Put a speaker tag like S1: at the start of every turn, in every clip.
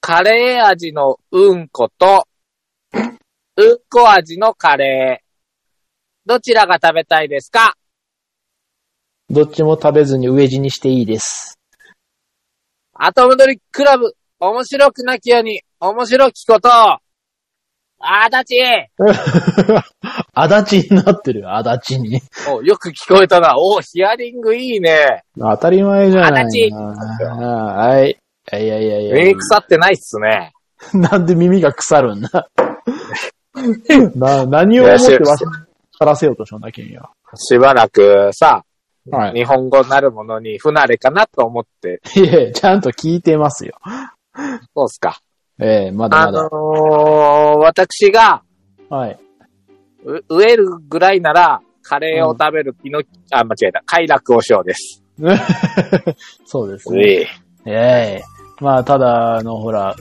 S1: カレー味のうんこと、うんこ味のカレー。どちらが食べたいですか
S2: どっちも食べずに飢え死にしていい です。
S1: アトムドリクラブ、面白くなきように、面白きことを。あだち
S2: あだちになってる、あだちに。
S1: お、よく聞こえたな。お、ヒアリングいいね。
S2: 当たり前じゃない
S1: あだち
S2: はい。いやいやいやいや。
S1: 耳腐ってないっすね。
S2: なんで耳が腐るん だな、何を思ってわし腐らせようとしたんだ、君は。
S1: しばらくさ、
S2: はい。
S1: 日本語なるものに不慣れかなと思って。
S2: いえ、ちゃんと聞いてますよ。
S1: そうっすか。
S2: ええまだ
S1: あ
S2: ま
S1: の
S2: だ。
S1: ー、私が、
S2: はい。
S1: う飢えるぐらいなら、カレーを食べるピノキ、あ、間違えた。快楽おうです。
S2: そうですね。
S1: ええ。
S2: ええまあ、ただ、あの、ほら、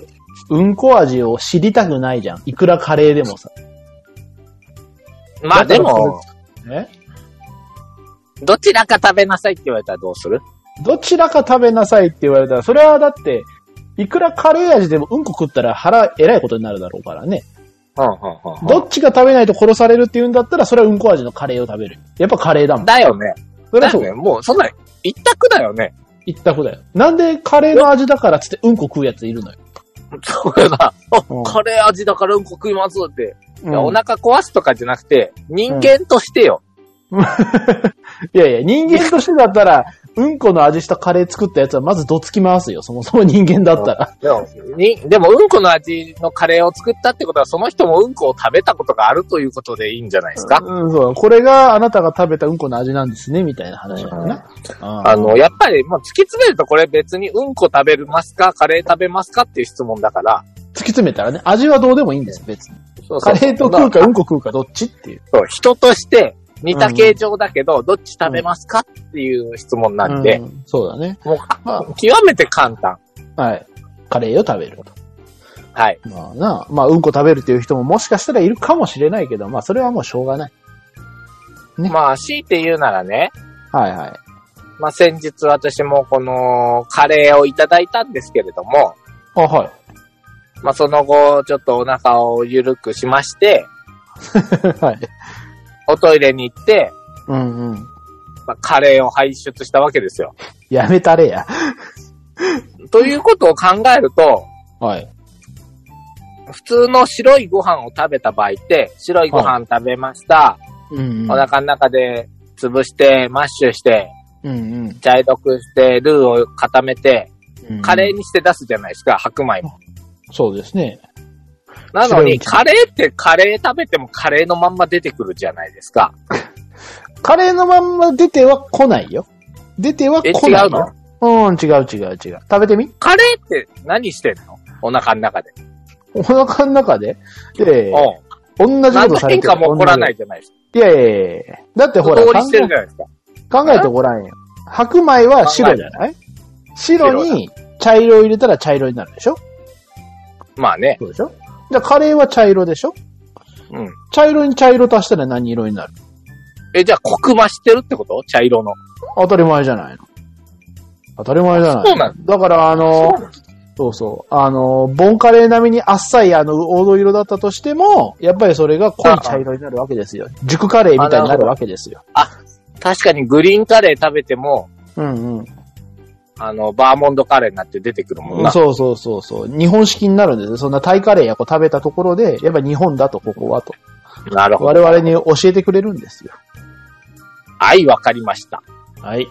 S2: うんこ味を知りたくないじゃん。いくらカレーでもさ。
S1: まあ
S2: だ
S1: で
S2: から
S1: も、
S2: え
S1: どちらか食べなさいって言われたらどうする
S2: どちらか食べなさいって言われたら、それはだって、いくらカレー味でもうんこ食ったら腹えらいことになるだろうからね。
S1: うんうんうん
S2: どっちが食べないと殺されるって言うんだったら、それはうんこ味のカレーを食べる。やっぱカレーだも
S1: うん
S2: ん。
S1: だよね。
S2: それ
S1: だ
S2: はそ
S1: よ
S2: う
S1: ね。もう、そんな、一択だよね。
S2: 言ったことだよ。なんでカレーの味だからっつってうんこ食うやついるのよ。
S1: そうよな。あ
S2: うん
S1: カレー味だからうんこ食いますって。
S2: う
S1: い
S2: ん
S1: やお腹壊すとかじゃなくて、人間としてよ。
S2: いやいや、人間としてだったら、うんこの味したカレー作ったやつはまずどつき回すよ。そもそも人間だったら。
S1: でもにでも、うんこの味のカレーを作ったってことは、その人もうんこを食べたことがあるということでいいんじゃないですか。
S2: うん、そう。これがあなたが食べたうんこの味なんですね、みたいな話だよな。うん
S1: あの、やっぱり、まあ、突き詰めるとこれ別にうんこ食べますか、カレー食べますかっていう質問だから。
S2: 突き詰めたらね、味はどうでもいいんですよ、別に。
S1: そうそ
S2: カ
S1: う
S2: レーと食うかうんこ食うかどっちっていう。
S1: そう人として似た形状だけど、どっち食べますかっていう質問なんで、
S2: うんそうだね。
S1: もうか
S2: ま
S1: 極めて簡単。
S2: はい。カレーを食べると。
S1: はい。
S2: まあな、まあうんこ食べるっていう人ももしかしたらいるかもしれないけど、まあそれはもうしょうがない。ね
S1: まあ、強いて言うならね、
S2: はいはい。
S1: まあ、先日私もこのカレーをいただいたんですけれども、
S2: あ、はい。
S1: まあ、その後、ちょっとお腹を緩くしまして、
S2: はい。
S1: おトイレに行って、
S2: うんうん。
S1: まあ、カレーを排出したわけですよ。
S2: やめたれや。
S1: ということを考えると、
S2: はい。
S1: 普通の白いご飯を食べた場合って、白いご飯食べました。
S2: うん、うん。
S1: お腹の中で潰して、マッシュして、
S2: うんうん。
S1: 茶色くして、ルーを固めて、
S2: うん
S1: カレーにして出すじゃないですか、白米も。
S2: そうですね。
S1: なの
S2: 白いう
S1: に、
S2: ちに
S1: カレーってカレー食べてもカレーのまんま出てくるじゃないですか。
S2: カレーのまんま出ては来ないよ。出ては
S1: え、
S2: 来
S1: 違
S2: ないう
S1: の
S2: よ。うん、違う違う違う。食べてみ
S1: カレーって何してんのお腹の中で。
S2: お腹の中で。で、
S1: おう
S2: 同じ
S1: 何
S2: こと
S1: の
S2: され
S1: 変
S2: てる。
S1: 化も起こらないじゃないですか。
S2: 同じいやいやいやだってほら、
S1: 通
S2: 考
S1: りしてるじゃないですか。
S2: え考えてごらんよ。白米は白じゃない白に茶色を入れたら茶色になるでしょ
S1: まあね。
S2: そうでしょじゃあカレーは茶色でしょ
S1: うん。
S2: 茶色に茶色足したら何色になる
S1: え、じゃあ、コク増してるってこと茶色の。
S2: 当たり前じゃないの。当たり前じゃない
S1: そうな
S2: だから、あの、そうそう。あの、ボンカレー並みにあっさい、あの、黄土色だったとしても、やっぱりそれが濃い茶色になるわけですよ。熟カレーみたいになるわけですよ。
S1: 確かにグリーンカレー食べても、
S2: うんうん。
S1: あの、バーモンドカレーになって出てくるもんな。
S2: そうそうそうそう。日本式になるんですよ。そんなタイカレーやこう食べたところで、やっぱ日本だと、ここはと。
S1: なるほど。
S2: 我々に教えてくれるんですよ。
S1: はい、わかりました。
S2: はい。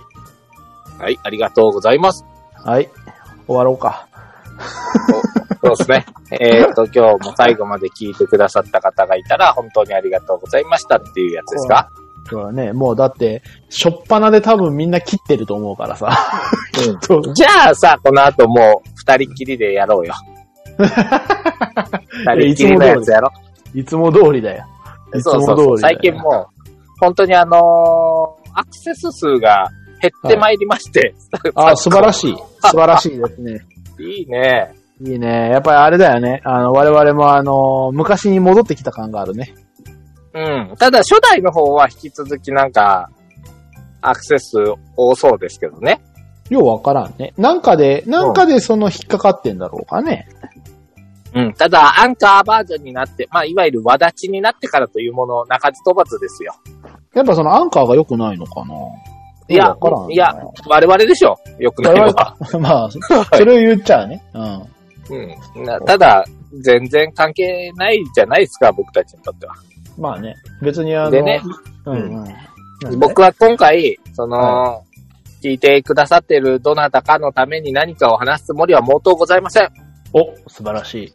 S1: はい、ありがとうござい ます。
S2: はい。終わろうか。
S1: そうですね。えっと、今日も最後まで聞いてくださった方がいたら、本当にありがとうございましたっていうやつですか
S2: そうだね。もうだって、しょっぱなで多分みんな切ってると思うからさ。そう
S1: じゃあさ、この後もう、二人っきりでやろ うよ。二人っきりのやつやろ
S2: いつも通りだよ。いつ
S1: そ
S2: も
S1: う
S2: 通
S1: そう
S2: りだよ
S1: そう。最近もう、本当にあのーアクセス数が減ってまいりまして。
S2: あ、素晴らしい。素晴らしいですね。
S1: い。いいね。
S2: いいね。やっぱりあれだよね。あの、我々もあの、昔に戻ってきた感があるね。
S1: うん。ただ、初代の方は引き続きなんか、アクセス多そうですけどね。
S2: ようわからんね。なんかで、なんかでその引っかかってんだろうかね。
S1: うん。ただ、アンカーバージョンになって、まあ、いわゆる和立ちになってからというもの、鳴かず飛ばずですよ。
S2: やっぱそのアンカーが良くないのかない
S1: や
S2: わからん、ない
S1: や、我々でしょ。よくないのは。
S2: まあ、それを言っちゃうね。うん。
S1: うん。なただ、全然関係ないじゃないですか、僕たちにとっては。
S2: まあね。別にあの、
S1: でね、
S2: うんうん。
S1: 僕は今回、その、聞いてくださってるどなたかのために何かを話すつもりは毛頭ございません。
S2: お、素晴らしい。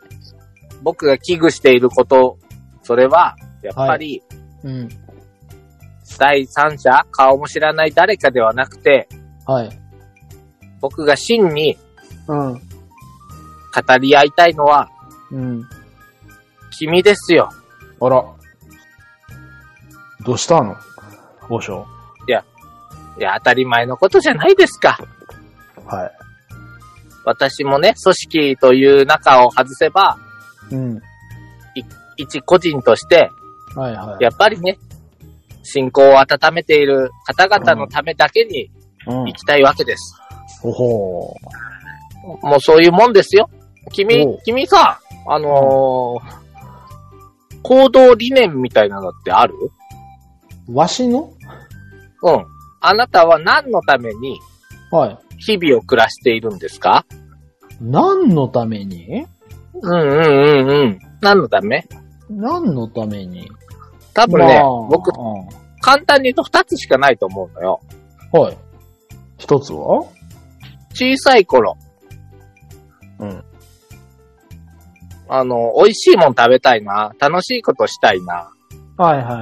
S1: 僕が危惧していること、それは、やっぱり、
S2: うん。
S1: 第三者、顔も知らない誰かではなくて、
S2: はい。
S1: 僕が真に
S2: うん。
S1: 語り合いたいのは、
S2: うん。
S1: 君ですよ。
S2: あら。どうしたの王将。
S1: いや、当たり前のことじゃないですか。
S2: は
S1: 私もね、組織という中を外せば、
S2: い。うん。
S1: 一個人として、
S2: はいはい。
S1: やっぱりね、信仰を温めている方々のためだけに
S2: うん
S1: 行きたいわけです。
S2: おほ
S1: もうそういうもんですよ。
S2: お
S1: 君
S2: う、
S1: 君さ、あのー行動理念みたいなのってある
S2: ー。わしの
S1: うん。あなたは何のために
S2: はい。
S1: 日々を暮らしているんですか
S2: 何のために
S1: うんうんうんうん。何のため
S2: 何のために
S1: 多分ね
S2: まあ、
S1: 僕、
S2: う
S1: 簡単に言うと二つしかないと思うのよ。
S2: んはい。一つは
S1: 小さい頃。
S2: うん。
S1: あの、美味しいもん食べたいな。楽しいことしたいな。
S2: はいはいはいは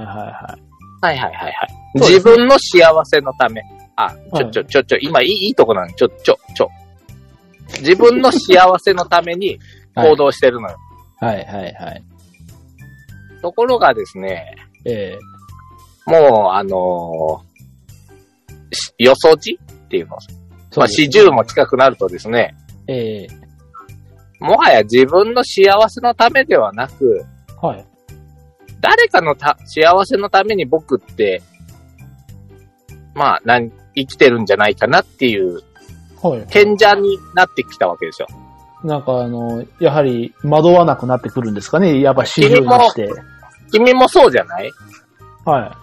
S2: い。
S1: はいはいはいはい。
S2: そうで
S1: 自
S2: すね
S1: 分の幸せのため。あ、ちょ
S2: はい
S1: ちょちょちょ、今いいいいとこなの。ちょちょちょ。自分の幸せのために行動してるのよ。
S2: はいはいはい。
S1: ところがですね、
S2: え
S1: もう、あのーしよそじっていうの。
S2: え
S1: まあ、四十も近くなるとですね、
S2: ええ
S1: もはや自分の幸せのためではなく、
S2: はい。
S1: 誰かのた幸せのために僕って、まあ、なん生きてるんじゃないかなっていう、
S2: はい。
S1: 賢者になってきたわけですよ。
S2: なんかあの、やはり惑わなくなってくるんですかねやっぱ四十にして。
S1: 君もそうじゃない
S2: は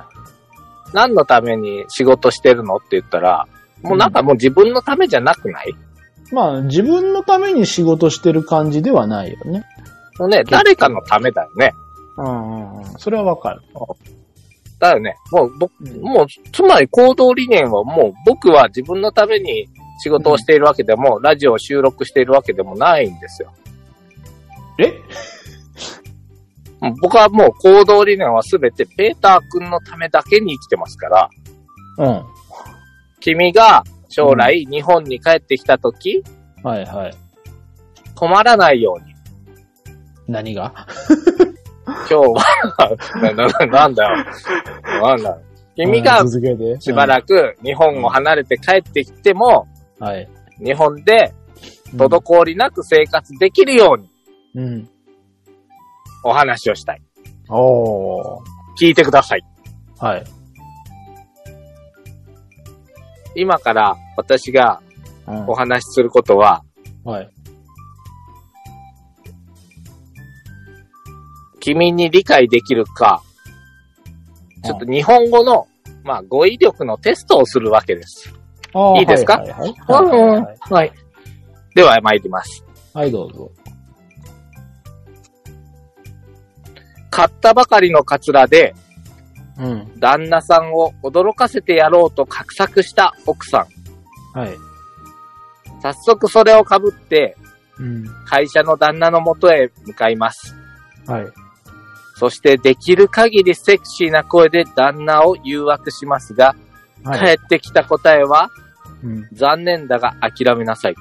S1: 何のために仕事してるのって言ったら、もうなんかもう自分のためじゃなくない、
S2: い。まあ、自分のために仕事してる感じではないよね。
S1: もうね、誰かのためだよね。
S2: うんうんうん。それはわかる。
S1: だよね。もう僕、
S2: うん
S1: もう、つまり行動理念はもう僕は自分のために仕事をしているわけでも、ラジオを収録しているわけでもないんですよ。
S2: え
S1: も う僕はもう行動理念はすべてペーター君のためだけに生きてますから、
S2: うん。
S1: 君が将来日本に帰ってきた時、
S2: はいはい。
S1: 困らないように、
S2: 何が
S1: 今日は な、な、ななんだよ。なんだよ。君が
S2: うん続けて。
S1: しばらく日本を離れて帰ってきても、
S2: うん。はい。
S1: 日本で滞りなく生活できるように
S2: うん。うん。
S1: お話をしたい。
S2: おー。
S1: 聞いてください。
S2: はい。
S1: 今から私が
S2: うん
S1: お話しすることは、
S2: はい。
S1: 君に理解できるか、ちょっと日本語の、まあ、語彙力のテストをするわけです。
S2: あー
S1: いいですか
S2: はいはいはいはいはいはい。
S1: はい。では参ります。
S2: はい、どうぞ。
S1: 買ったばかりのカツラで、
S2: うん。
S1: 旦那さんを驚かせてやろうと画策した奥さん。
S2: はい。
S1: 早速それをかぶって、
S2: うん。
S1: 会社の旦那のもとへ向かいます。
S2: はい。
S1: そしてできる限りセクシーな声で旦那を誘惑しますが、
S2: はい。
S1: 帰ってきた答えは、
S2: うん。
S1: 残念だが諦めなさい。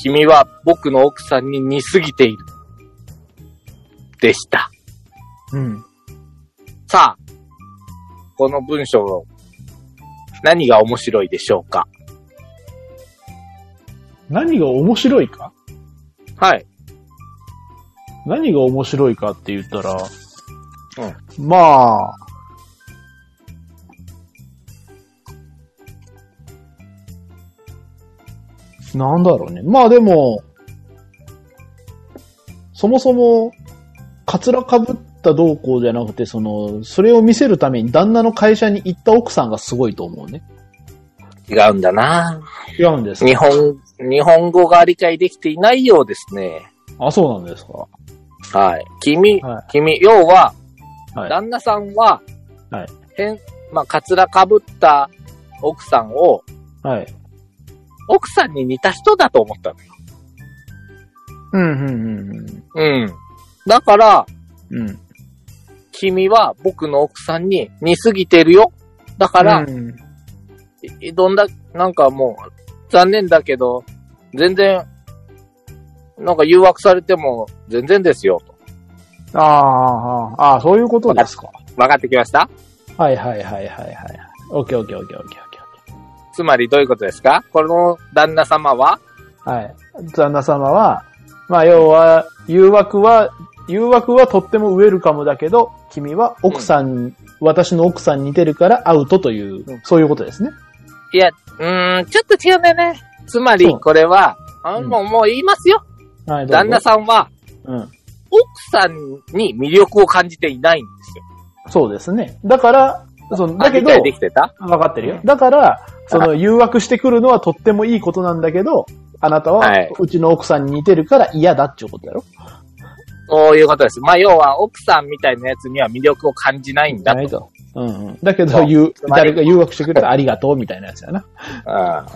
S1: 君は僕の奥さんに似すぎている。でした。
S2: うん。
S1: さあ、この文章の何が面白いでしょうか
S2: 何が面白いか
S1: はい。
S2: 何が面白いかって言ったら、まあ、なんだろうね。まあでも、そもそも、カツラかぶったどうこうじゃなくて、その、それを見せるために旦那の会社に行った奥さんがすごいと思うね。
S1: 違うんだな
S2: 違うんですか
S1: 日本、日本語が理解できていないようですね。
S2: あ、そうなんですか
S1: はい。君、
S2: は
S1: 君、要は、
S2: はい
S1: 旦那さんは、
S2: はい
S1: 変、まあ、カツラかぶった奥さんを、
S2: はい。
S1: 奥さんに似た人だと思ったのよ。
S2: うん、うん、
S1: うん。だから、
S2: うん。うん。
S1: 君は僕の奥さんに似すぎてるよ。だから、
S2: うん
S1: いどんだ、なんかもう、残念だけど、全然、なんか誘惑されても全然ですよ、と。
S2: ああ、ああ、そういうことですか。
S1: 分かってきました
S2: はいはいはいはいはい。オッケーオッケーオッケーオッケーオッケ
S1: つまりどういうことですかこの旦那様は
S2: ー。はい。旦那様は、まあ要は、誘惑は、誘惑はとってもウェルカムだけど、君は奥さん、私の奥さんに似てるからアウトという、
S1: うん
S2: そういうことですね。
S1: いや、うーん、ちょっと違うんだよね。つまり
S2: そう
S1: これは、あ
S2: うん
S1: もうもう言いますよ。
S2: はい、どうぞ
S1: 旦那さんは、
S2: うん。
S1: 奥さんに魅力を感じていないんですよ。
S2: そうですね。だから、その、だけど
S1: あ理、解できてた
S2: わかってるよ。だから、その誘惑してくるのはとってもいいことなんだけど、あなたは
S1: はいう
S2: ちの奥さんに似てるから嫌だっていうことだろ。
S1: そういうことです。まあ、要は奥さんみたいなやつには魅力を感じないんだと。
S2: ないと。うんうん、だけ
S1: そ
S2: ど、
S1: う
S2: 言う
S1: つ、まり
S2: 誰か誘惑してくれたらありがとうみたいなやつやな。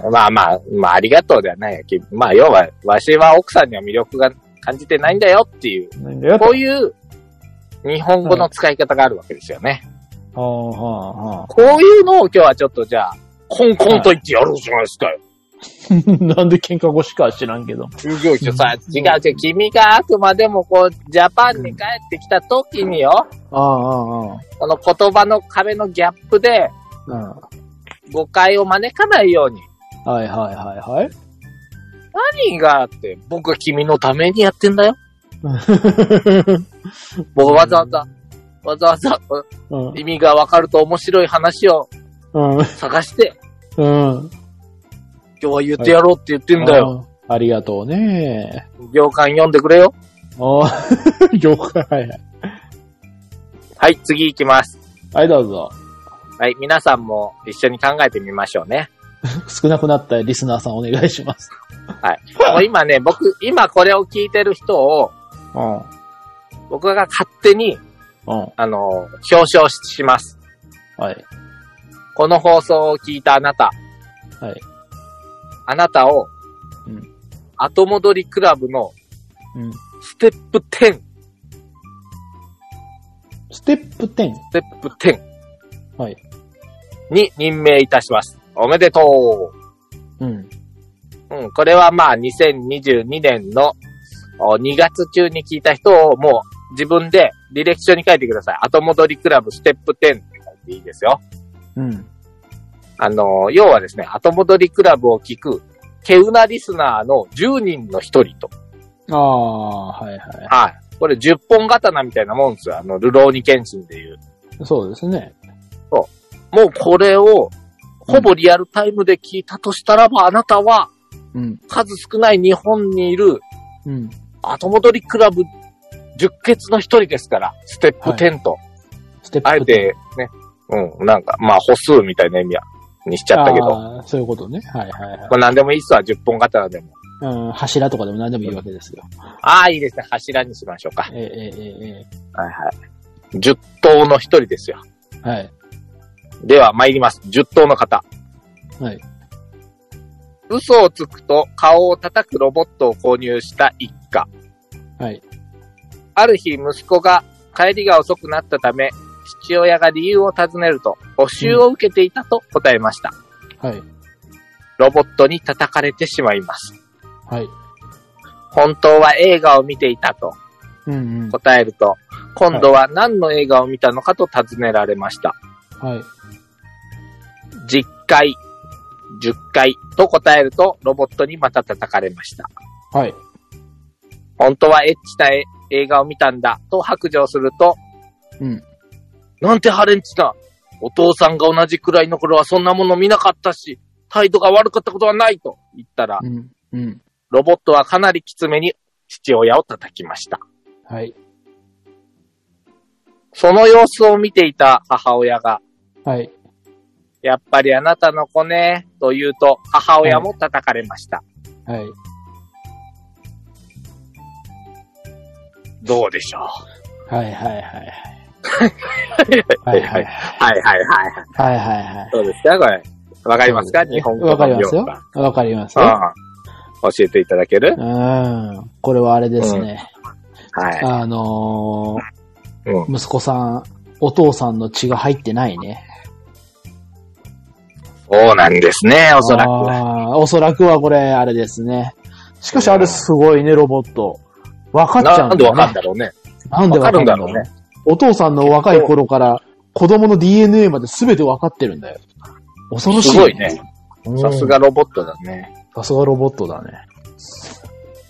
S1: うんまあまあ、まあ、ありがとうではないやけどまあ、要は、わしは奥さんには魅力が感じてないんだよっていう、
S2: なんだよと
S1: こういう日本語の使い方があるわけですよね。
S2: はあはあは
S1: こういうのを今日はちょっとじゃあ、コンコンと言ってやろうじゃないですかよ。
S2: あ なんで喧嘩腰かは知らんけど。
S1: 従業員とさ、違う違う、君があくまでもこう、ジャパンに帰ってきた時によ、
S2: ああああ
S1: この言葉の壁のギャップで
S2: あ
S1: 誤解を招かないように、
S2: あ。はいはいはいはい。
S1: 何があって、僕は君のためにやってんだ よ。僕わざわざ、わざわざ、
S2: うん
S1: 意味がわかると面白い話を
S2: うん
S1: 探して、
S2: うん。
S1: 今日は言ってやろうって言ってんだよ。
S2: よ。ありがとうね。
S1: 行間読んでくれよ。
S2: ああ、 了解。はいはい
S1: はい、次行きます。
S2: はい、どうぞ。
S1: はい、皆さんも一緒に考えてみましょう ね。
S2: 少なくなったリスナーさんお願いします。
S1: もう今ね、僕、今これを聞いてる人を、
S2: うん。うん。
S1: 僕が勝手に、あの、表彰します。
S2: はい。
S1: この放送を聞いたあなた、
S2: はい。
S1: あなたを、
S2: うん
S1: 後戻りクラブの
S2: うん。
S1: ステップ10、ス
S2: ステップ10。
S1: テップ10
S2: はい。
S1: に任命いたします。おめでと
S2: うん。
S1: う。うん、これはまあ2022年のお2月中に聞いた人をもう自分で履歴書に書いてください。後戻りクラブステップ10って書いていいですよ。
S2: うん。
S1: あの、要はですね、後戻りクラブを聞く、ケウナリスナーの10人の1人と。
S2: ああ、はいは
S1: はい。これ10本刀みたいなもんですよ。あの、ルローニケンシンでいう。
S2: い。そうですね。
S1: もうこれを、ほぼリアルタイムで聞いたとしたらば、あなたは
S2: うん。
S1: 数少ない日本にいる
S2: うん。
S1: 後戻りクラブ10決の1人ですから、ステップ10と。
S2: ステップ
S1: あえてね、うん、なんか、まあ歩数みたいな意味は、にしちゃったけど。ま
S2: あーそういうことね。はいはいはい
S1: あ何でもいいっすわ、10本刀でも。。
S2: うん、柱とかでも何でもいいわけですよ。
S1: ああ、いいですね。柱にしましょうか。
S2: えええええ
S1: はいはい。10頭の一人ですよ。
S2: えはい。
S1: では参ります。10頭の方。
S2: はい。
S1: 嘘をつくと顔を叩くロボットを購入した一家。
S2: はい。
S1: ある日息子が帰りが遅くなったため、父親が理由を尋ねると、募集を受けていたと答えました。
S2: はい。
S1: ロボットに叩かれてしまいます。
S2: はい。
S1: 本当は映画を見ていたと
S2: うんうん。
S1: 答えると、今度は何の映画を見たのかと尋ねられました。
S2: はい。
S1: 10回、10回と答えると、ロボットにまた叩かれました。
S2: はい。
S1: 本当はエッチなえ映画を見たんだと白状すると、
S2: うん。
S1: なんてハレンチなお父さんが同じくらいの頃はそんなもの見なかったし、態度が悪かったことはないと言ったら
S2: う、ん。うん。
S1: ロボットはかなりきつめに父親を叩きました。
S2: はい。
S1: その様子を見ていた母親が、
S2: はい。
S1: やっぱりあなたの子ね、と言うと、母親も叩かれました。
S2: はい。
S1: どうでしょう。
S2: はいはいはいはい。はいは
S1: は
S2: い
S1: いはいはいはい。
S2: はいはいはい。
S1: そうですかこれ。わかりますか日本語
S2: わかり
S1: の
S2: ますよ
S1: 文化。
S2: わかります
S1: う
S2: よ。
S1: ん。教えていただける
S2: うん。これはあれですね。
S1: はい。
S2: あの
S1: うん。
S2: ー、息子さん、お父さんの血が入ってないね。
S1: そうなんですね、おそらく。
S2: あーおそらくはこれ、あれですね。しかしあれすごいね、ロボット。分かっちゃ
S1: な
S2: うん
S1: んで
S2: だ
S1: わか
S2: よ
S1: ん
S2: ね。
S1: だろうね。
S2: なんでわかるんだろ
S1: わ
S2: う
S1: かるん
S2: ね。お父さんの若い頃から子供の DNA まで全て分かってるんだよ。恐ろしい。
S1: すごいね。
S2: うん。
S1: さすがロボットだね。
S2: さすがロボットだね。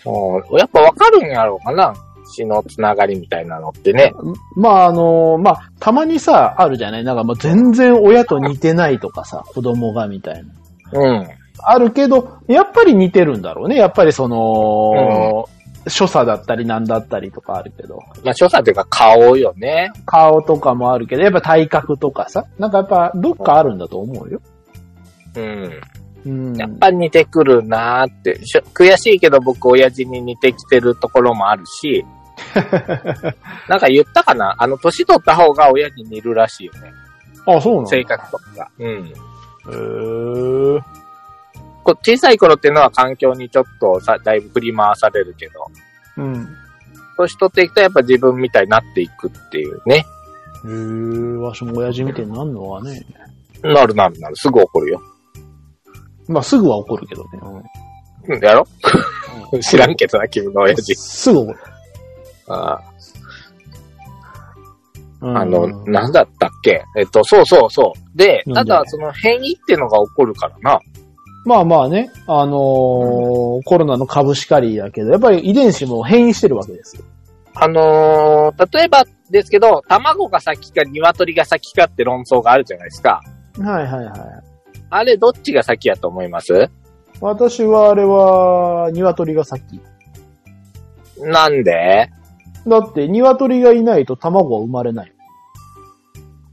S1: うんやっぱわかるんやろうかな。血のつながりみたいなのってね。
S2: まあ、あのまあ、たまにさ、あるじゃないなんかもう全然親と似てないとかさ、子供がみたいな。
S1: うん。
S2: あるけど、やっぱり似てるんだろうね。やっぱりその、所作だったりなんだったりとかあるけど。
S1: まあ、所作というか顔よね。
S2: 顔とかもあるけど、やっぱ体格とかさ、なんかやっぱどっかあるんだと思うよ。
S1: うん。
S2: うん。
S1: やっぱ似てくるなーって。しょ悔しいけど僕親父に似てきてるところもある し。なんか言ったかなあの、年取った方が親に似るらしいよね。
S2: あ、そうなんだ。
S1: 性格とかが。うん。
S2: へー
S1: こ小さい頃っていうのは環境にちょっとさ、だいぶ振り回されるけど、
S2: うん。
S1: 年取っていくとやっぱ自分みたいになっていくっていうね。
S2: へーわしも親父みたいになんのはね。
S1: なるなるなる。すぐ怒るよ。
S2: まあ、すぐは怒るけどね。うん
S1: うん、やろ知らんけどな、君の親父。
S2: すぐ怒る。
S1: あー
S2: うん
S1: あの、なんだったっけえっと、そうそうそう。で、
S2: な
S1: た
S2: んで
S1: だその変異っていうのが起こるからな。
S2: まあまあね、あのーコロナの株しかりだけど、やっぱり遺伝子も変異してるわけですよ。
S1: あのー例えばですけど、卵が先か鶏が先かって論争があるじゃないですか。
S2: はいはいはい。
S1: あれどっちが先やと思います
S2: 私はあれは、鶏が先。
S1: なんで
S2: だって、鶏がいないと卵は生まれない。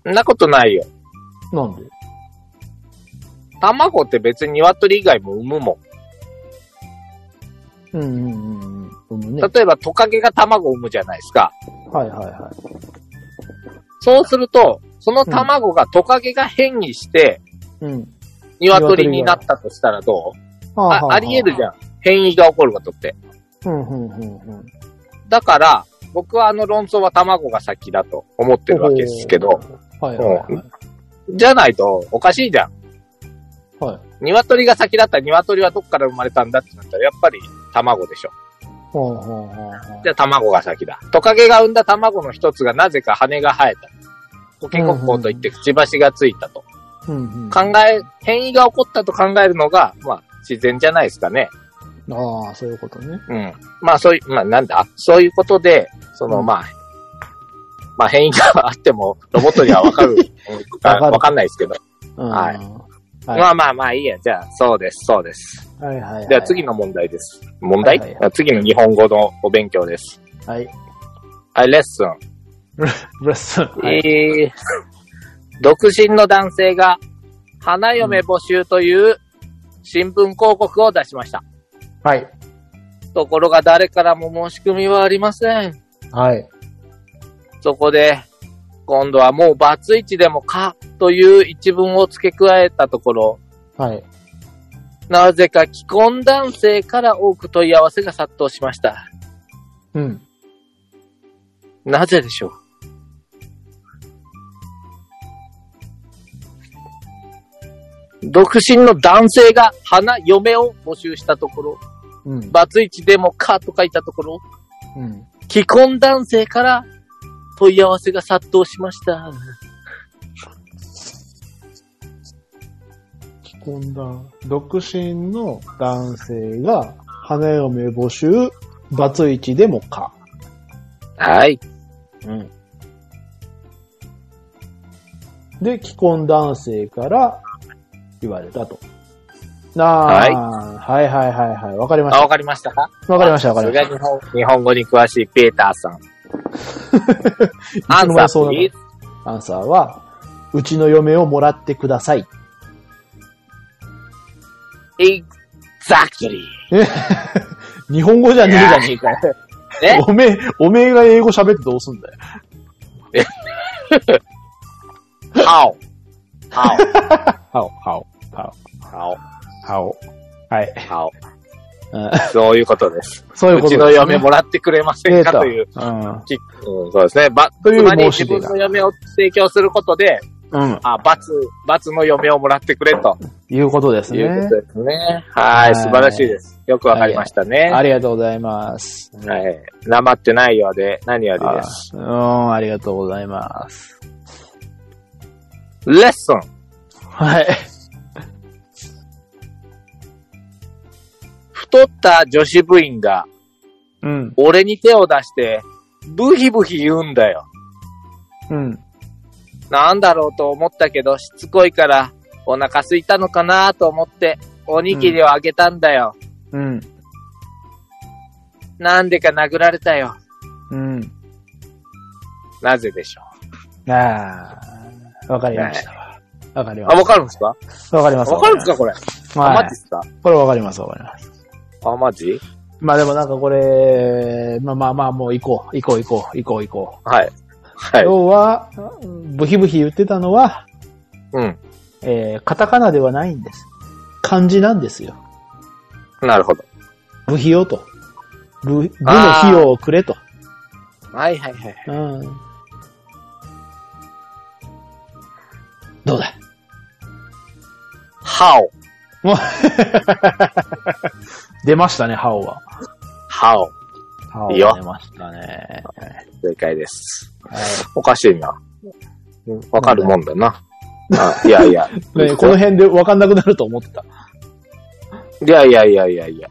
S1: そんなことないよ。
S2: なんで
S1: 卵って別に鶏以外も産むもん。
S2: うんうんうんうん。産むね。
S1: 例えばトカゲが卵を産むじゃないですか。
S2: はいはいは
S1: そうすると、その卵がトカゲが変異して、
S2: い。うん。
S1: 鶏になったとしたらどう
S2: は
S1: ああり得るじゃん。変異が起こることって。
S2: ゃん。うんうんうんうん。
S1: だから、僕はあの論争は卵が先だと思ってるわけですけど、
S2: はいはいはい。
S1: じゃないとおかしいじゃん。
S2: はい。
S1: 鶏が先だったら鶏はどっから生まれたんだってなったら、やっぱり卵でしょ。
S2: ほうほうほうほ
S1: じゃあ卵が先だ。トカゲが産んだ卵の一つがなぜか羽が生えた。コケコッコーといってくちばしがついたと。
S2: う。うんうん。
S1: 考え、変異が起こったと考えるのが、まあ、自然じゃないですかね。
S2: ああ、そういうことね。
S1: うん。まあ、そういう、まあ、なんだそういうことで、その、
S2: うん
S1: まあ、まあ、変異があっても、ロボットにはわかる。うん
S2: わかる
S1: わかんないですけど。
S2: うん
S1: はい
S2: はい
S1: まあまあまあ、いいや。じゃあ、そうです、そうです。
S2: はいはいはい。
S1: では、次。の問題です。問題、
S2: はいはいは
S1: 次の日本語のお勉強です。
S2: はい。
S1: はい、レッスン。
S2: ブレス。はい。
S1: えー独身の男性が、花嫁募集という新聞広告を出しました。
S2: はい。
S1: ところが誰からも申し込みはありません。
S2: はい。
S1: そこで、今度はもうバツイチでもかという一文を付け加えたところ、
S2: はい。
S1: なぜか既婚男性から多く問い合わせが殺到しました。
S2: うん。
S1: なぜでしょう独身の男性が花嫁を募集したところ、
S2: うん。
S1: バツイチでもかと書いたところ、
S2: うん。
S1: 既婚男性から問い合わせが殺到しました。
S2: 既婚男、独身の男性が、花嫁募集、バツイチでもか。
S1: はい。
S2: うん。で、既婚男性から言われたと。なあ、はい、はいはいはいはい。わかりまし
S1: あ、
S2: た。
S1: わかりましたか
S2: わかりました、わかりま
S1: さ
S2: し
S1: すが日本日本語に詳しいペーターさん。アンサ
S2: いつも
S1: ー、
S2: そうな
S1: プ
S2: の
S1: リーズ。
S2: アンサーは、うちの嫁をもらってください。
S1: exactly.
S2: 日本語じゃねえじゃねえかよ。
S1: ね
S2: おめえ、おめえが英語喋ってどうすんだよ。
S1: how? how?
S2: はお、はお、は
S1: how?
S2: お、はお。はい。
S1: how?
S2: うん
S1: そういうことです。
S2: そういう
S1: う
S2: こと
S1: ちの嫁もらってくれませんかという。
S2: うん。
S1: きうん、そうですね。ば、
S2: という
S1: つまり
S2: 申
S1: 自
S2: し出が
S1: 分の嫁を提供することで、
S2: うん。
S1: あ、罰、罰の嫁をもらってくれと
S2: いうことです
S1: い
S2: ね。
S1: うことですね。
S2: は
S1: はいい、素晴らしいです。よくわかりましたね。
S2: ありがとうございます。
S1: はい。なまってないようで何よりです。
S2: あうん、ありがとうございます。
S1: レッスン
S2: はい。
S1: 太った女子部員が
S2: うん、
S1: 俺に手を出して、ブヒブヒ言うんだよ。
S2: うん。
S1: なんだろうと思ったけど、しつこいから、お腹空いたのかなと思って、おにぎりをあげたんだよ。
S2: うん。
S1: なんでか殴られたよ。
S2: うん。
S1: なぜでしょ
S2: ああ、わかりましたわ。わかり
S1: う。
S2: ま
S1: あ、わかるんですか
S2: す。わかります。
S1: わかるんですかこれ。
S2: かは
S1: あ、マ
S2: い
S1: ジっ。すか
S2: これわかります、わかります。
S1: あ、マジ
S2: まあでもなんかこれ、まあまあまあ、もう行こう、行こう、行こう、行こう、行こ
S1: はい。は
S2: う。
S1: い。
S2: 要は、ブヒブヒ言ってたのは、
S1: うん。
S2: えー、カタカナではないんです。漢字なんですよ。
S1: なるほど。
S2: 部費をと。部、部の
S1: あー
S2: 費用をくれと。
S1: はいはいはい。
S2: うん。どうだ
S1: ハオ。
S2: もう 出ましたね、ハオは。
S1: ハオ。
S2: ハオはい
S1: いよ
S2: 出ましたね。
S1: 正解です。
S2: はい
S1: おかしいな。わかるもんだな。あいやいや。
S2: ねこの辺で分かんなくなると思ってた。
S1: いやいやいやいやいや。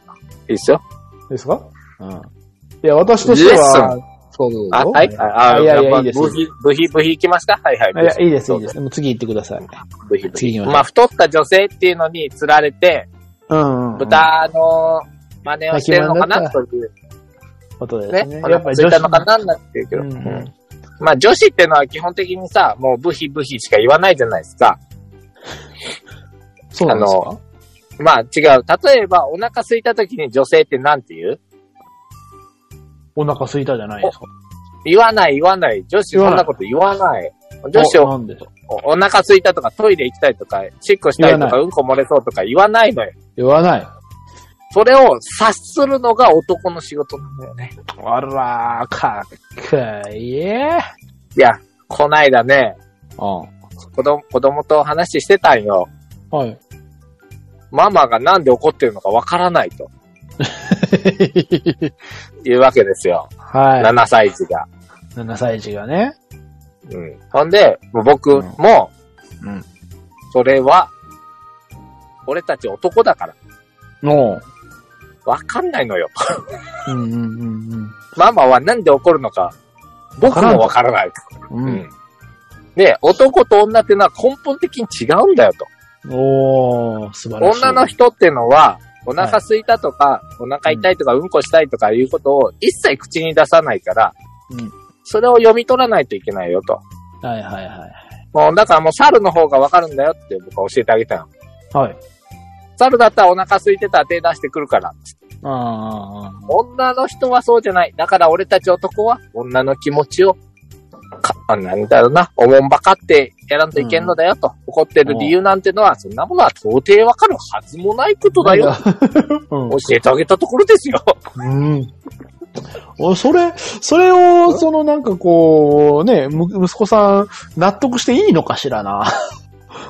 S1: いいっすよ。
S2: ですかうん。いや、私として
S1: レ
S2: は、そうそう
S1: あ、はい。あ、あ
S2: いやい
S1: っ
S2: や、
S1: ぱ
S2: いいです。
S1: ブヒ、ブヒ、ブヒ行きますかはいはい。
S2: いや、いいです、い
S1: そう
S2: いです。でも次行ってください。
S1: ブヒブ
S2: 次
S1: ヒ。
S2: 行きましょう
S1: まあ、太った女性っていうのに釣られて、
S2: うんうん。
S1: 豚の真似をしてるのかなという
S2: ことです
S1: ね。
S2: ね。
S1: やっぱ釣ったのかななんていうけど。
S2: う
S1: うん
S2: ん
S1: まあ女子ってのは基本的にさ、もうブヒブヒしか言わないじゃないですか。
S2: そうなんです
S1: あ
S2: か
S1: まあ違う。例えばお腹空いた時に女性ってなんて言う
S2: お腹空いたじゃないですか
S1: 言わない言わない。女子そんなこと言わない。女子
S2: お
S1: お
S2: なんで
S1: お腹空いたとかトイレ行きたいとか、チッコしたいと
S2: 言わな
S1: かうんこ漏れそうとか言わないのよ。
S2: 言わない。
S1: それを察するのが男の仕事なんだよね。
S2: あらー、かっこいい。うん。
S1: いや、こないだね、
S2: は
S1: 子供、子供と話してたんよ。
S2: い。
S1: ママがなんで怒ってるのかわからないというわけですよ。
S2: は
S1: 7歳児が。
S2: い。7歳児がね。
S1: うん。ほんで、もう僕
S2: うん
S1: も、
S2: うん
S1: それは、俺たち男だから、
S2: の
S1: わかんないのよ。
S2: うんうんうん
S1: ママはなんで怒るのか、僕もわからない。
S2: う。
S1: うんん。で、男と女ってのは根本的に違うんだよと。
S2: うん。おー、素晴らしい。
S1: 女の人ってのは、お腹空いたとか、お腹痛いとか、うんこしたいとかいうことを一切口に出さないから、
S2: うん
S1: それを読み取らないといけないよと。
S2: はいはいはい。
S1: もう、だからもう猿の方がわかるんだよって僕は教えてあげたの。
S2: はい。
S1: 猿だったらお腹空いてたら手出してくるから。
S2: あー
S1: 女の人はそうじゃない。だから俺たち男は女の気持ちを、か、あなんだろうな、おもんばかってやらんといけんのだよと。怒ってる理由なんてのは、そんなものは到底わかるはずもないことだよ。。
S2: うん
S1: 教えてあげたところですよ。
S2: うん。おそれ、それを、そのなんかこう、ね、む息子さん、納得していいのかしらな。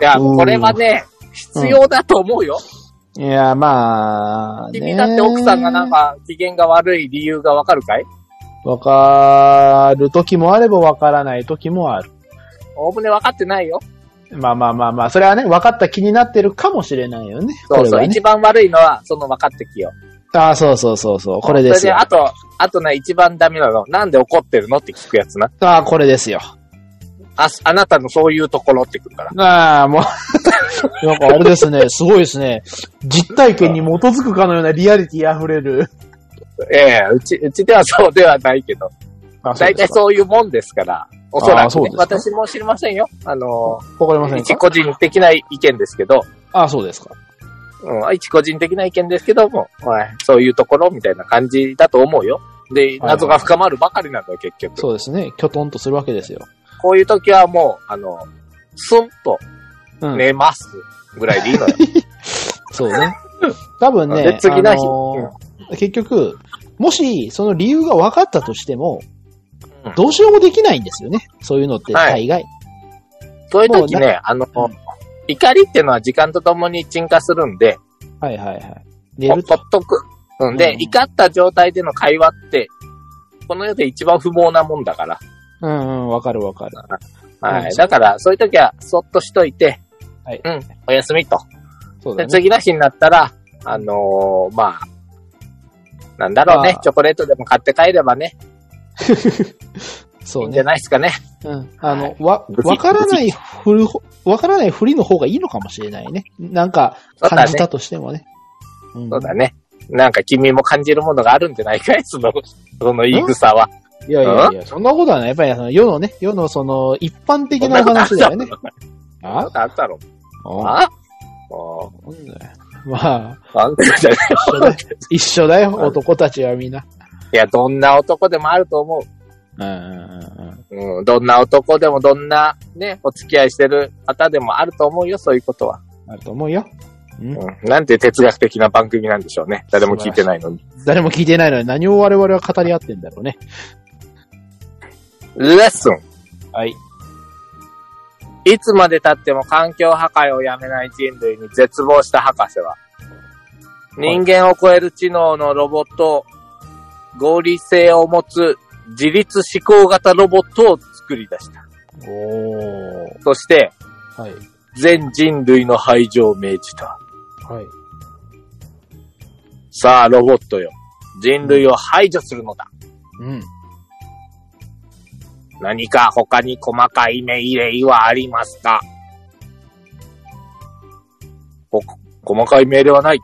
S1: いや、
S2: うん
S1: これはね、必要だと思うよ。
S2: いや、まあ、ね
S1: 君だって奥さんがなんか機嫌が悪い理由がわかるかい
S2: わかる時もあればわからない時もある。
S1: おおむね分かってないよ。
S2: まあまあまあまあ、それはね、分かった気になってるかもしれないよね。
S1: そう
S2: これ
S1: そう、
S2: はね
S1: 一番悪いのは、その分かってきよ。
S2: ああ、そうそうそうそう。これで
S1: そ
S2: す
S1: れで、
S2: よ。
S1: あと、あとね、一番ダメなの、なんで怒ってるのって聞くやつな。
S2: ああ、これですよ。
S1: あ、あなたのそういうところってくるから。
S2: ああ、もう。 なんかあれですね、すごいですね。実体験に基づくかのようなリアリティ溢れる。
S1: ええうち、うちではそうではないけど。
S2: あ、そう
S1: 大
S2: で
S1: 体
S2: すか。
S1: そういうもんですから、おそら
S2: あ
S1: く、
S2: そう
S1: ね
S2: で、すか
S1: 私も知りませんよ。あの、
S2: わかりません
S1: 一
S2: か
S1: 個人的な意見ですけど、
S2: あ、そうですか。
S1: うん、一個人的な意見ですけども、はい、そういうところみたいな感じだと思うよ。で、
S2: はい
S1: 謎が深まるばかりなんだよ、結局。
S2: そうですね。きょとんとするわけですよ。
S1: こういう時はもう、あの、スンと
S2: うん。
S1: 寝ますぐらいでいいのよ。
S2: そう ね。多分ね
S1: で、、次の日、
S2: あのー結局、もし、その理由が分かったとしても、
S1: うん
S2: どうしようもできないんですよね。そういうのって、
S1: はい
S2: 大概。
S1: そういう時
S2: もう
S1: ね、あの、
S2: うん
S1: 怒りっていうのは時間とともに沈下するんで、
S2: はいはいはい。寝
S1: ほ
S2: る
S1: ほ
S2: と
S1: っ。とく。うんで、
S2: うん
S1: 怒った状態での会話って、この世で一番不毛なもんだから。
S2: うんうん、わかるわかる。
S1: は
S2: うん
S1: い。だから、そういう時は、そっとしといて、
S2: はい
S1: うん、おやすみと。
S2: そうだ
S1: で、
S2: ね。
S1: 次の日になったら、あのーまあ、なんだろうね、
S2: まあ
S1: チョコレートでも買って帰ればね、い
S2: そ
S1: い
S2: うん
S1: じゃ
S2: ね。
S1: ないですかね。
S2: うん。あ
S1: は
S2: の
S1: い、
S2: わ、
S1: 無事
S2: わからないふる、わからないふりの方がいいのかもしれないね。なんか、
S1: そうだね
S2: 感じたとしてもね。うん
S1: そうだね。なんか君も感じるものがあるんじゃないかいその、 その言い草は。
S2: いやいやいや、そんなことはない。やっぱりその世のね、世のその一般的な話だよね。あ
S1: あったろ。
S2: あ
S1: ああ
S2: まあ、
S1: あんたじゃない
S2: 一緒だよ一緒だよ、
S1: はい
S2: 男たちはみんな。
S1: いや、どんな男でもあると思う。
S2: うんうんうん。
S1: うん、どんな男でもどんなね、お付き合いしてる方でもあると思うよ、そういうことは。
S2: あると思うよ。うん
S1: うん、なんて哲学的な番組なんでしょうね。誰も聞いてないのに。
S2: 誰も聞いてないのに何を我々は語り合ってんだろうね。
S1: レッスン。
S2: はい。
S1: いつまで経っても環境破壊をやめない人類に絶望した博士は、人間を超える知能のロボット、合理性を持つ自律思考型ロボットを作り出した。
S2: おー。
S1: そして、
S2: はい。
S1: 全人類の排除を命じた。
S2: はい。
S1: さあ、ロボットよ。人類を排除するのだ。
S2: うん。
S1: 何か他に細かい命令はありますかほ細かい命令はない。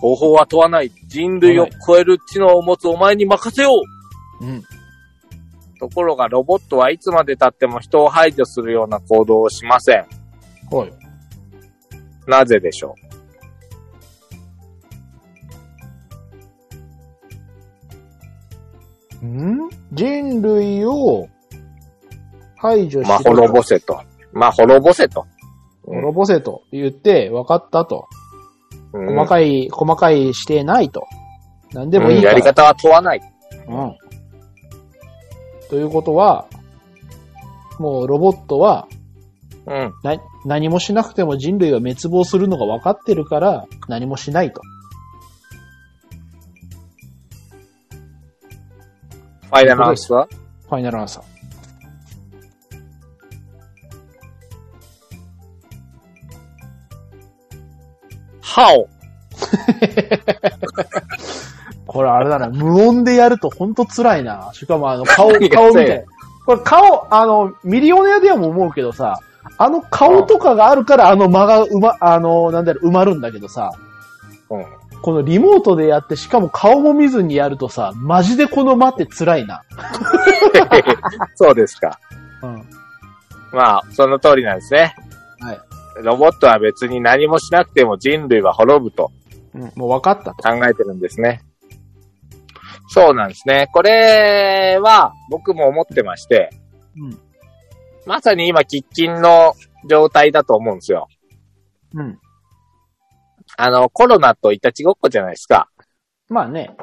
S1: 方法は問わない。人類を超える知能を持つお前に任せよう
S2: うん。
S1: ところがロボットはいつまで経っても人を排除するような行動をしません。
S2: はい。
S1: なぜでしょ
S2: ん人類を排除
S1: う
S2: し
S1: まあ、滅ぼせと。まあ、滅ぼせと。
S2: 滅ぼせと言って、分かったと。
S1: うん
S2: 細かい、細かい指定ないと。何でもいい
S1: うん
S2: か
S1: や
S2: ら。
S1: り方は問わない。
S2: うん。ということは、もうロボットは
S1: うん。
S2: な何もしなくても人類は滅亡するのが分かってるから何もしないと。
S1: ファイナルアンスは
S2: ファイナルアンサー。
S1: 歯を。
S2: これあれ だな、無音でやるとほんと辛いな。しかもあの顔、
S1: いや
S2: 顔みた
S1: そう
S2: い
S1: や
S2: な。これ顔、あの、ミリオネアではも思うけどさ、あの顔とかがあるからあの間が埋ま、あの、なんだろう、埋まるんだけどさ、
S1: うん。
S2: このリモートでやってしかも顔も見ずにやるとさ、マジでこの間って辛いな。
S1: そうですか。
S2: うん。
S1: まあ、その通りなんですね。
S2: はい。
S1: ロボットは別に何もしなくても人類は滅ぶと
S2: うん、もう分かったと。
S1: 考えてるんですね。そうなんですね。これは僕も思ってまして、
S2: うん
S1: まさに今喫緊の状態だと思うんですよ。
S2: うん。
S1: あの、コロナといたちごっこじゃないですか。
S2: まあね。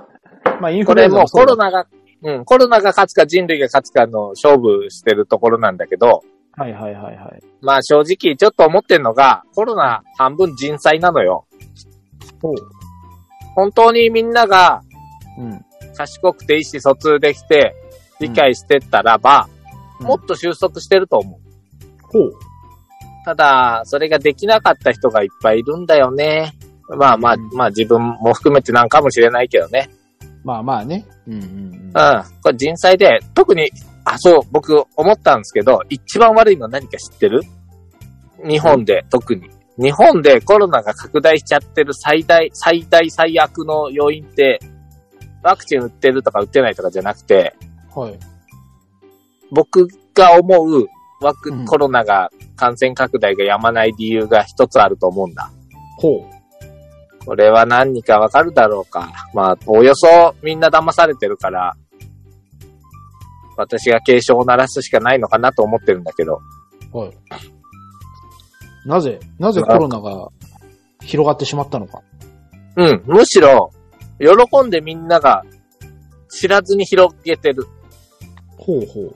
S2: まあイン
S1: こ
S2: フルエ
S1: れ
S2: ンザ
S1: もう
S2: そ
S1: コ
S2: うだ
S1: ロナが、うん、コロナが勝つか人類が勝つかの勝負してるところなんだけど、
S2: はいはいはいはい。
S1: まあ正直ちょっと思ってんのが、コロナ半分人災なのよ。
S2: ほう。
S1: 本当にみんなが
S2: うん。
S1: 賢くて意思疎通できて、理解してったらば、
S2: うん
S1: もっと収束してると思う。
S2: ほう。
S1: ただ、それができなかった人がいっぱいいるんだよね。まあまあ、
S2: うん
S1: まあ自分も含めてなんかもしれないけどね。
S2: まあまあね。うんうん
S1: う。ん。これ人災で、特に、あ、そう、僕思ったんですけど、一番悪いの何か知ってる日本で、特に。日本でコロナが拡大しちゃってる最大、最大最悪の要因って、ワクチン打ってるとか打ってないとかじゃなくて、
S2: はい。
S1: 僕が思う、わく
S2: うん
S1: コロナが、感染拡大がやまない理由が一つあると思うんだ。
S2: ほ
S1: これは何かわかるだろうか。まあ、およそみんな騙されてるから、私が警鐘を鳴らすしかないのかなと思ってるんだけど。
S2: う。はい。なぜ、なぜコロナが広がってしまったのか。
S1: うん、むしろ、喜んでみんなが知らずに広げてる。
S2: ほうほう。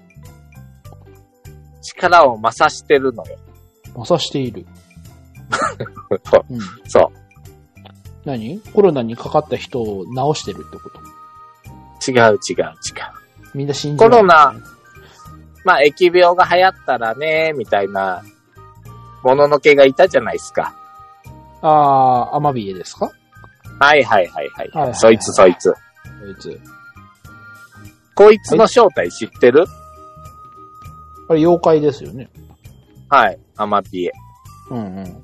S1: 力を増してるのよ。
S2: まさしている。 うん。
S1: そ
S2: 何コロナにかかった人を治してるってこと
S1: う。違う違う違う。
S2: みんな信じられ
S1: コロナ。まあ、疫病が流行ったらね、みたいな、もののけがいたじゃないですか。
S2: あー、アマビエですかこ
S1: はいはいはいはい。
S2: はいはいはい
S1: そいつそいつ。
S2: いつ。
S1: こいつの正体知ってる
S2: あれ、妖怪ですよね。
S1: はい。アマピエ。
S2: うんうん。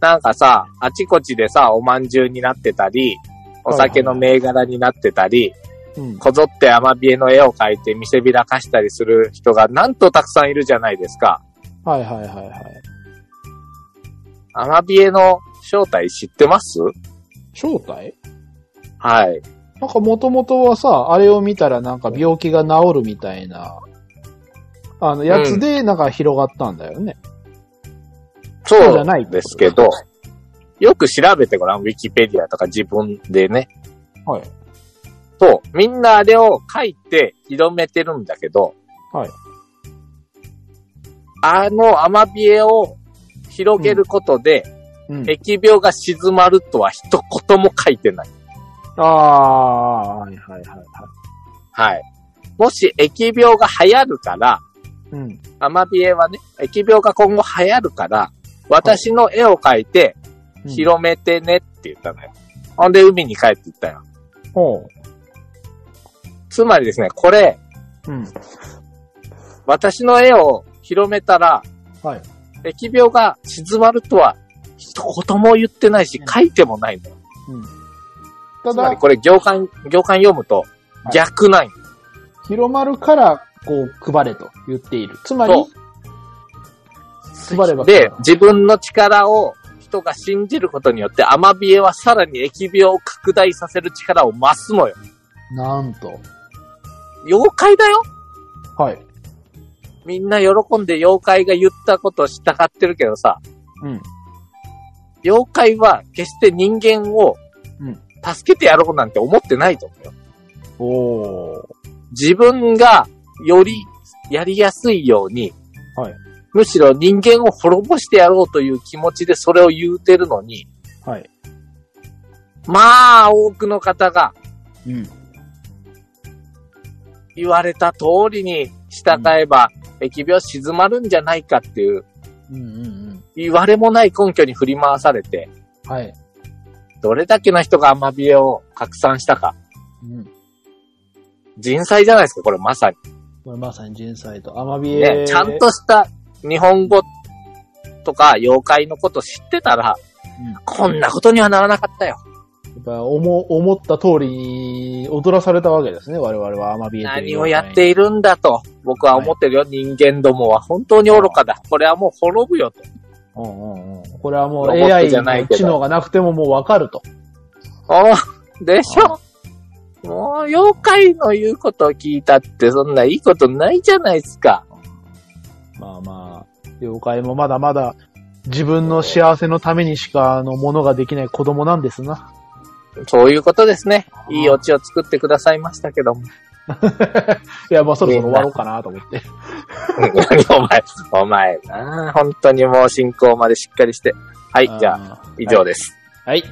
S1: なんかさ、あちこちでさ、おまんじゅうになってたり、お酒の銘柄になってたり、
S2: うん。
S1: こぞってアマビエの絵を描いて見せびらかしたりする人がなんとたくさんいるじゃないですか。
S2: はいはいはいはい。
S1: アマビエの正体知ってます
S2: 正体
S1: はい。
S2: なんかもともとはさ、あれを見たらなんか病気が治るみたいな、あの、やつでなんか広がったんだよね。
S1: そう
S2: じゃないってこと
S1: ですけど、よく調べてごらん、ウィキペディアとか自分でね。
S2: はい。
S1: そう。みんなあれを書いて広めてるんだけど、
S2: はい。
S1: あのアマビエを広げることで、
S2: うん。
S1: 疫病が静まるとは一言も書いてない。
S2: ああ、はいはいはいはい。
S1: はい。もし疫病が流行るから、
S2: うん。
S1: アマビエはね、疫病が今後流行るから、私の絵を描いて
S2: うん
S1: 広めてねって言ったのよ。ほんで海に帰っていったよ。
S2: ほ
S1: つまりですね、これ、
S2: う。うん。
S1: 私の絵を広めたら、
S2: はい。
S1: 疫病が静まるとは一言も言ってないし、書いてもないのよ。
S2: うん。
S1: つ
S2: た
S1: まり
S2: だ、
S1: これ行間、行間読むと逆なんよ
S2: 広まるから、こう、配れと言っている。つまり、
S1: そ
S2: 配れば
S1: で、自分の力を人が信じることによって、アマビエはさらに疫病を拡大させる力を増すのよ。
S2: なんと。
S1: 妖怪だよ
S2: はい。
S1: みんな喜んで妖怪が言ったことを従ってるけどさ、
S2: うん。
S1: 妖怪は決して人間を
S2: うん
S1: 助けてやろうなんて思ってないと思うよ。
S2: おー。
S1: 自分がよりやりやすいように、
S2: はい
S1: むしろ人間を滅ぼしてやろうという気持ちでそれを言うてるのに、
S2: はい。
S1: まあ多くの方が
S2: うん。
S1: 言われた通りに従えば、疫病静まるんじゃないかっていう、
S2: うんうん
S1: 言われもない根拠に振り回されて、
S2: うん。はい。
S1: どれだけの人がアマビエを拡散したか。
S2: うん。
S1: 人災じゃないですか、これまさに。
S2: これまさに人災と。アマビエ。
S1: ね、ちゃんとした日本語とか妖怪のこと知ってたら、
S2: うん
S1: こんなことにはならなかったよ。
S2: やっぱ思思った通りに踊らされたわけですね、我々はアマビエという
S1: 何をやっているんだと、僕は思ってるよ。人間どもは本当に愚かだ。これはもう滅ぶよと。
S2: うんうんうん。これはもう
S1: ロボット
S2: AI
S1: じゃない
S2: の
S1: けど
S2: 知能がなくてももうわかると。
S1: おでしょもう、妖怪の言うことを聞いたって、そんないいことないじゃないですか。
S2: まあまあ、妖怪もまだまだ自分の幸せのためにしかあのものができない子供なんですな。
S1: そういうことですね。いいオチを作ってくださいましたけども。
S2: いや、まあそろそろ終わろうかなと思って。
S1: お前、お前なあ、本当にもう進行までしっかりして。はい、じゃあ、
S2: あー
S1: 以上です。
S2: はい。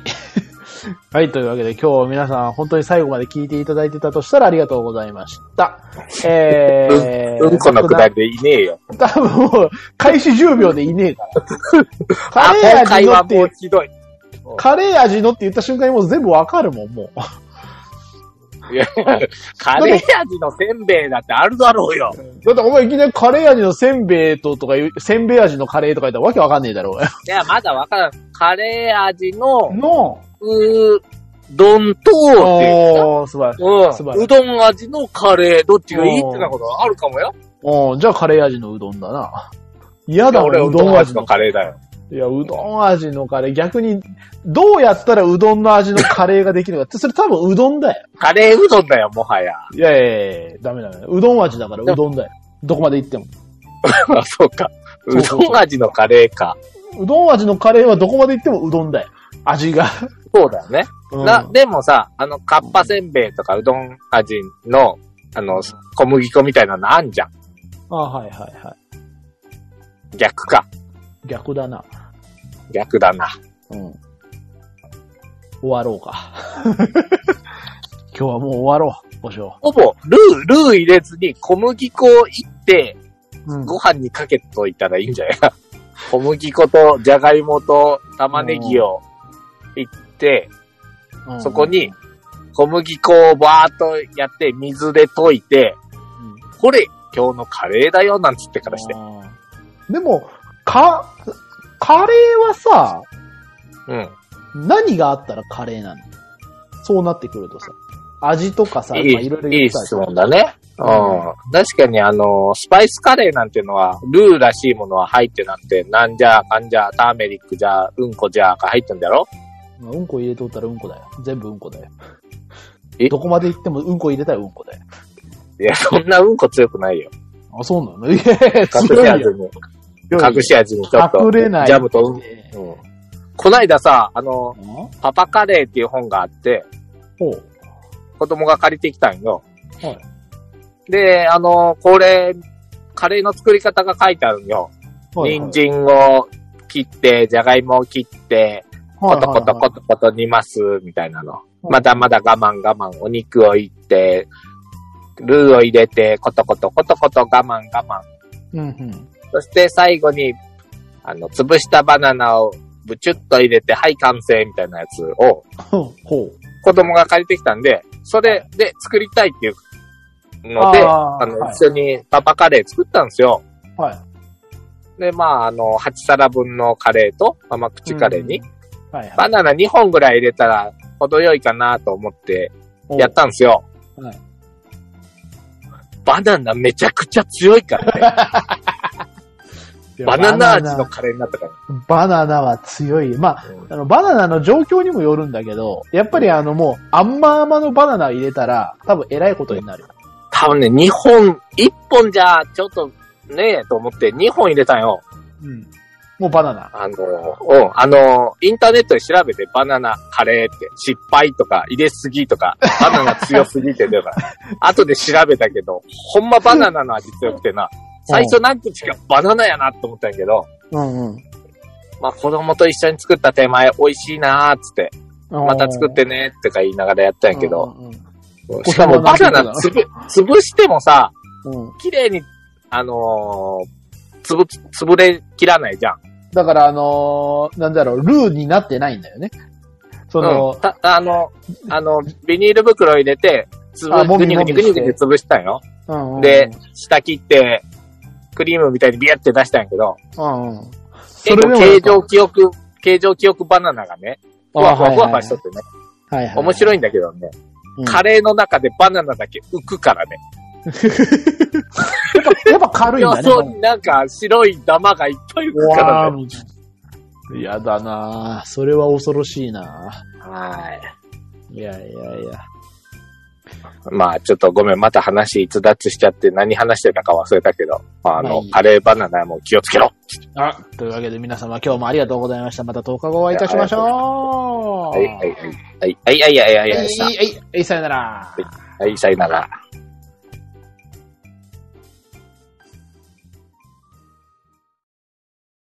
S2: はい、というわけで今日皆さん本当に最後まで聞いていただいてたとしたらありがとうございました。えー、
S1: うんこのくだりでいねえよ。
S2: 多分もう、開始10秒でいねえから。カ
S1: あ、
S2: レー
S1: 今
S2: 味
S1: 回
S2: の
S1: は
S2: って
S1: もう、ひどい。
S2: カレー味のって言った瞬間にもう全部わかるもん、もう。
S1: いやカレー味のせんべいだってあるだろうよ。
S2: だってお前いきなりカレー味のせんべいととか言う、せんべい味のカレーとか言ったらわけわかんねえだろう。
S1: いや、まだわからん。カレー味の、
S2: の、
S1: うー、丼と、って
S2: おー、素晴らしい。素晴らし
S1: う
S2: い
S1: ん、うどん味のカレー、どっちがいいってなことあるかもよ。
S2: おー、じゃあカレー味のうどんだな。嫌だ、
S1: 俺
S2: 俺、
S1: はう
S2: う
S1: ど
S2: ど
S1: ん
S2: ん
S1: 味
S2: 味
S1: の
S2: の。
S1: カレーだよ。
S2: いや、うどん味のカレー。逆に、どうやったらうどんの味のカレーができるかって、それ多分うどんだよ。
S1: カレーうどんだよ、もはや。
S2: いやいやいや、ダメダメ。うどん味だからうどんだよ。どこまで行っても。
S1: あ、そうか。
S2: そう
S1: う
S2: そうそう
S1: どん味のカレーか。
S2: うどん味のカレーはどこまで行ってもうどんだよ。味が。
S1: そうだよね。
S2: うん
S1: な、でもさ、あの、カッパせんべいとかうどん味の、あの、小麦粉みたいなのあんじゃん。
S2: あ、はいはいは
S1: 逆か。
S2: い。逆だな。
S1: 逆だな。
S2: うん。終わろう か。今日はもう終わろう、ごしょ
S1: ほぼ、ルー、ルー入れずに小麦粉をいって、
S2: う。うん
S1: ご飯にかけといたらいいんじゃ ないか。小麦粉と、じゃがいもと、玉ねぎをいって、そこに、小麦粉をバーっとやって、水で溶いて、これ、今日のカレーだよ、なんつってからして。
S2: あーでも、か、カレーはさ、
S1: うん。
S2: 何があったらカレーなのそうなってくるとさ、味とかさ、
S1: いい
S2: まあろいろ
S1: い
S2: 言
S1: い
S2: ってた
S1: 質
S2: でしょ
S1: 問だね。うん。確かにあの、スパイスカレーなんてのは、ルーらしいものは入ってなくて、なんじゃ、かんじゃ、ターメリックじゃ、うんこじゃ、が入ってんだろ
S2: うんこ入れとったらうんこだよ。全部うんこだよ
S1: え。
S2: どこまで行ってもうんこ入れたらうんこだよ。
S1: い や、そんなうんこ強くないよ。
S2: あ、そうなのいやいや、
S1: 隠し味に、隠し味にちょっと、
S2: 隠れない。
S1: ジャムとうんこ。
S2: え
S1: うん。こないださ、あの、
S2: ーん
S1: パパカレーっていう本があって、
S2: ほう。
S1: 子供が借りてきたんよ。
S2: はい
S1: で、あの、これ、カレーの作り方が書いてあるんよ。
S2: はい
S1: 人参を切って、じゃがいもを切って、コトコトコトコト煮ます、みたいなの。まだまだ我慢我慢、お肉をいって、ルーを入れて、コトコトコトコト我慢我慢。
S2: うんうん。
S1: そして最後に、あの、潰したバナナをブチュッと入れて、はい、完成、みたいなやつを、
S2: ほう。
S1: 子供が借りてきたんで、それで作りたいっていうので、あ
S2: あー
S1: の、
S2: はい
S1: 一緒にパパカレー作ったんですよ。
S2: はい。
S1: で、まあ、あの、8皿分のカレーと甘口カレーに、
S2: うん。はいは
S1: バナナ2本ぐらい入れたら程よいかなと思って
S2: い。
S1: やったんですよ。
S2: おはい
S1: バナナめちゃくちゃ強いから ね。バナナ味の。カレーになったから。
S2: バナナは強い。まあ、
S1: うん
S2: あの、バナナの状況にもよるんだけど、やっぱりあのもう、あんま甘のバナナ入れたら、多分偉いことになるよ。
S1: 多分ね、2本、1本じゃちょっとねえと思って2本入れたんよ。
S2: うん。もうバナナ。
S1: あの、うん、あの、インターネットで調べてバナナカレーって失敗とか入れすぎとか、バナナ強すぎって 出るから。後で調べたけど、ほんまバナナの味強くてな、最初何口かバナナやなと思ったんやけど、
S2: うんうん。
S1: まあ子供と一緒に作った手前美味しいなーっつって、また作ってねーってか言いながらやったんやけど、
S2: うんうん
S1: しかもバナナつぶ、潰してもさ、
S2: うん。うん
S1: 綺麗に、あのー、つぶ、潰れきらないじゃん。
S2: だからあのー、なんだろう、ルーになってないんだよね。そ
S1: うん
S2: の、
S1: たあの、あの、ビニール袋入れて、つぶ
S2: あ、も
S1: ぐに
S2: み
S1: ぐにぐにぐに潰したんよ。
S2: うんうんうん
S1: で、下切って、クリームみたいにビヤって出したんやけど、
S2: うんうん。そ
S1: 結構
S2: や
S1: 形
S2: っぱ
S1: 状記憶、形状記憶バナナがね、ふわふわ
S2: あ
S1: ふわふわしとってね、
S2: はいはい。
S1: 面白
S2: い。
S1: いんだけどね、
S2: うん
S1: カレーの中でバナナだけ浮くからね。
S2: やっぱやっぱ軽いん
S1: 予
S2: だね。
S1: 想になんか白い玉がいっぱい浮くからね。
S2: いやだなぁ。それは恐ろしいな
S1: はい。
S2: ぁ。いやいやいや。
S1: まあちょっとごめん、また話逸脱しちゃって何話してたか忘れたけど、まああ
S2: まあ
S1: の
S2: いい、
S1: カレーバナナも気をつけろ
S2: あ、というわけで皆様今日もありがとうございました。また10日後お会いいたしましょ
S1: は
S2: う。
S1: い、はい、はい。はい、はい、はい、はい、はい、はい、
S2: はい、はい、さよなら。
S1: はい、さよなら。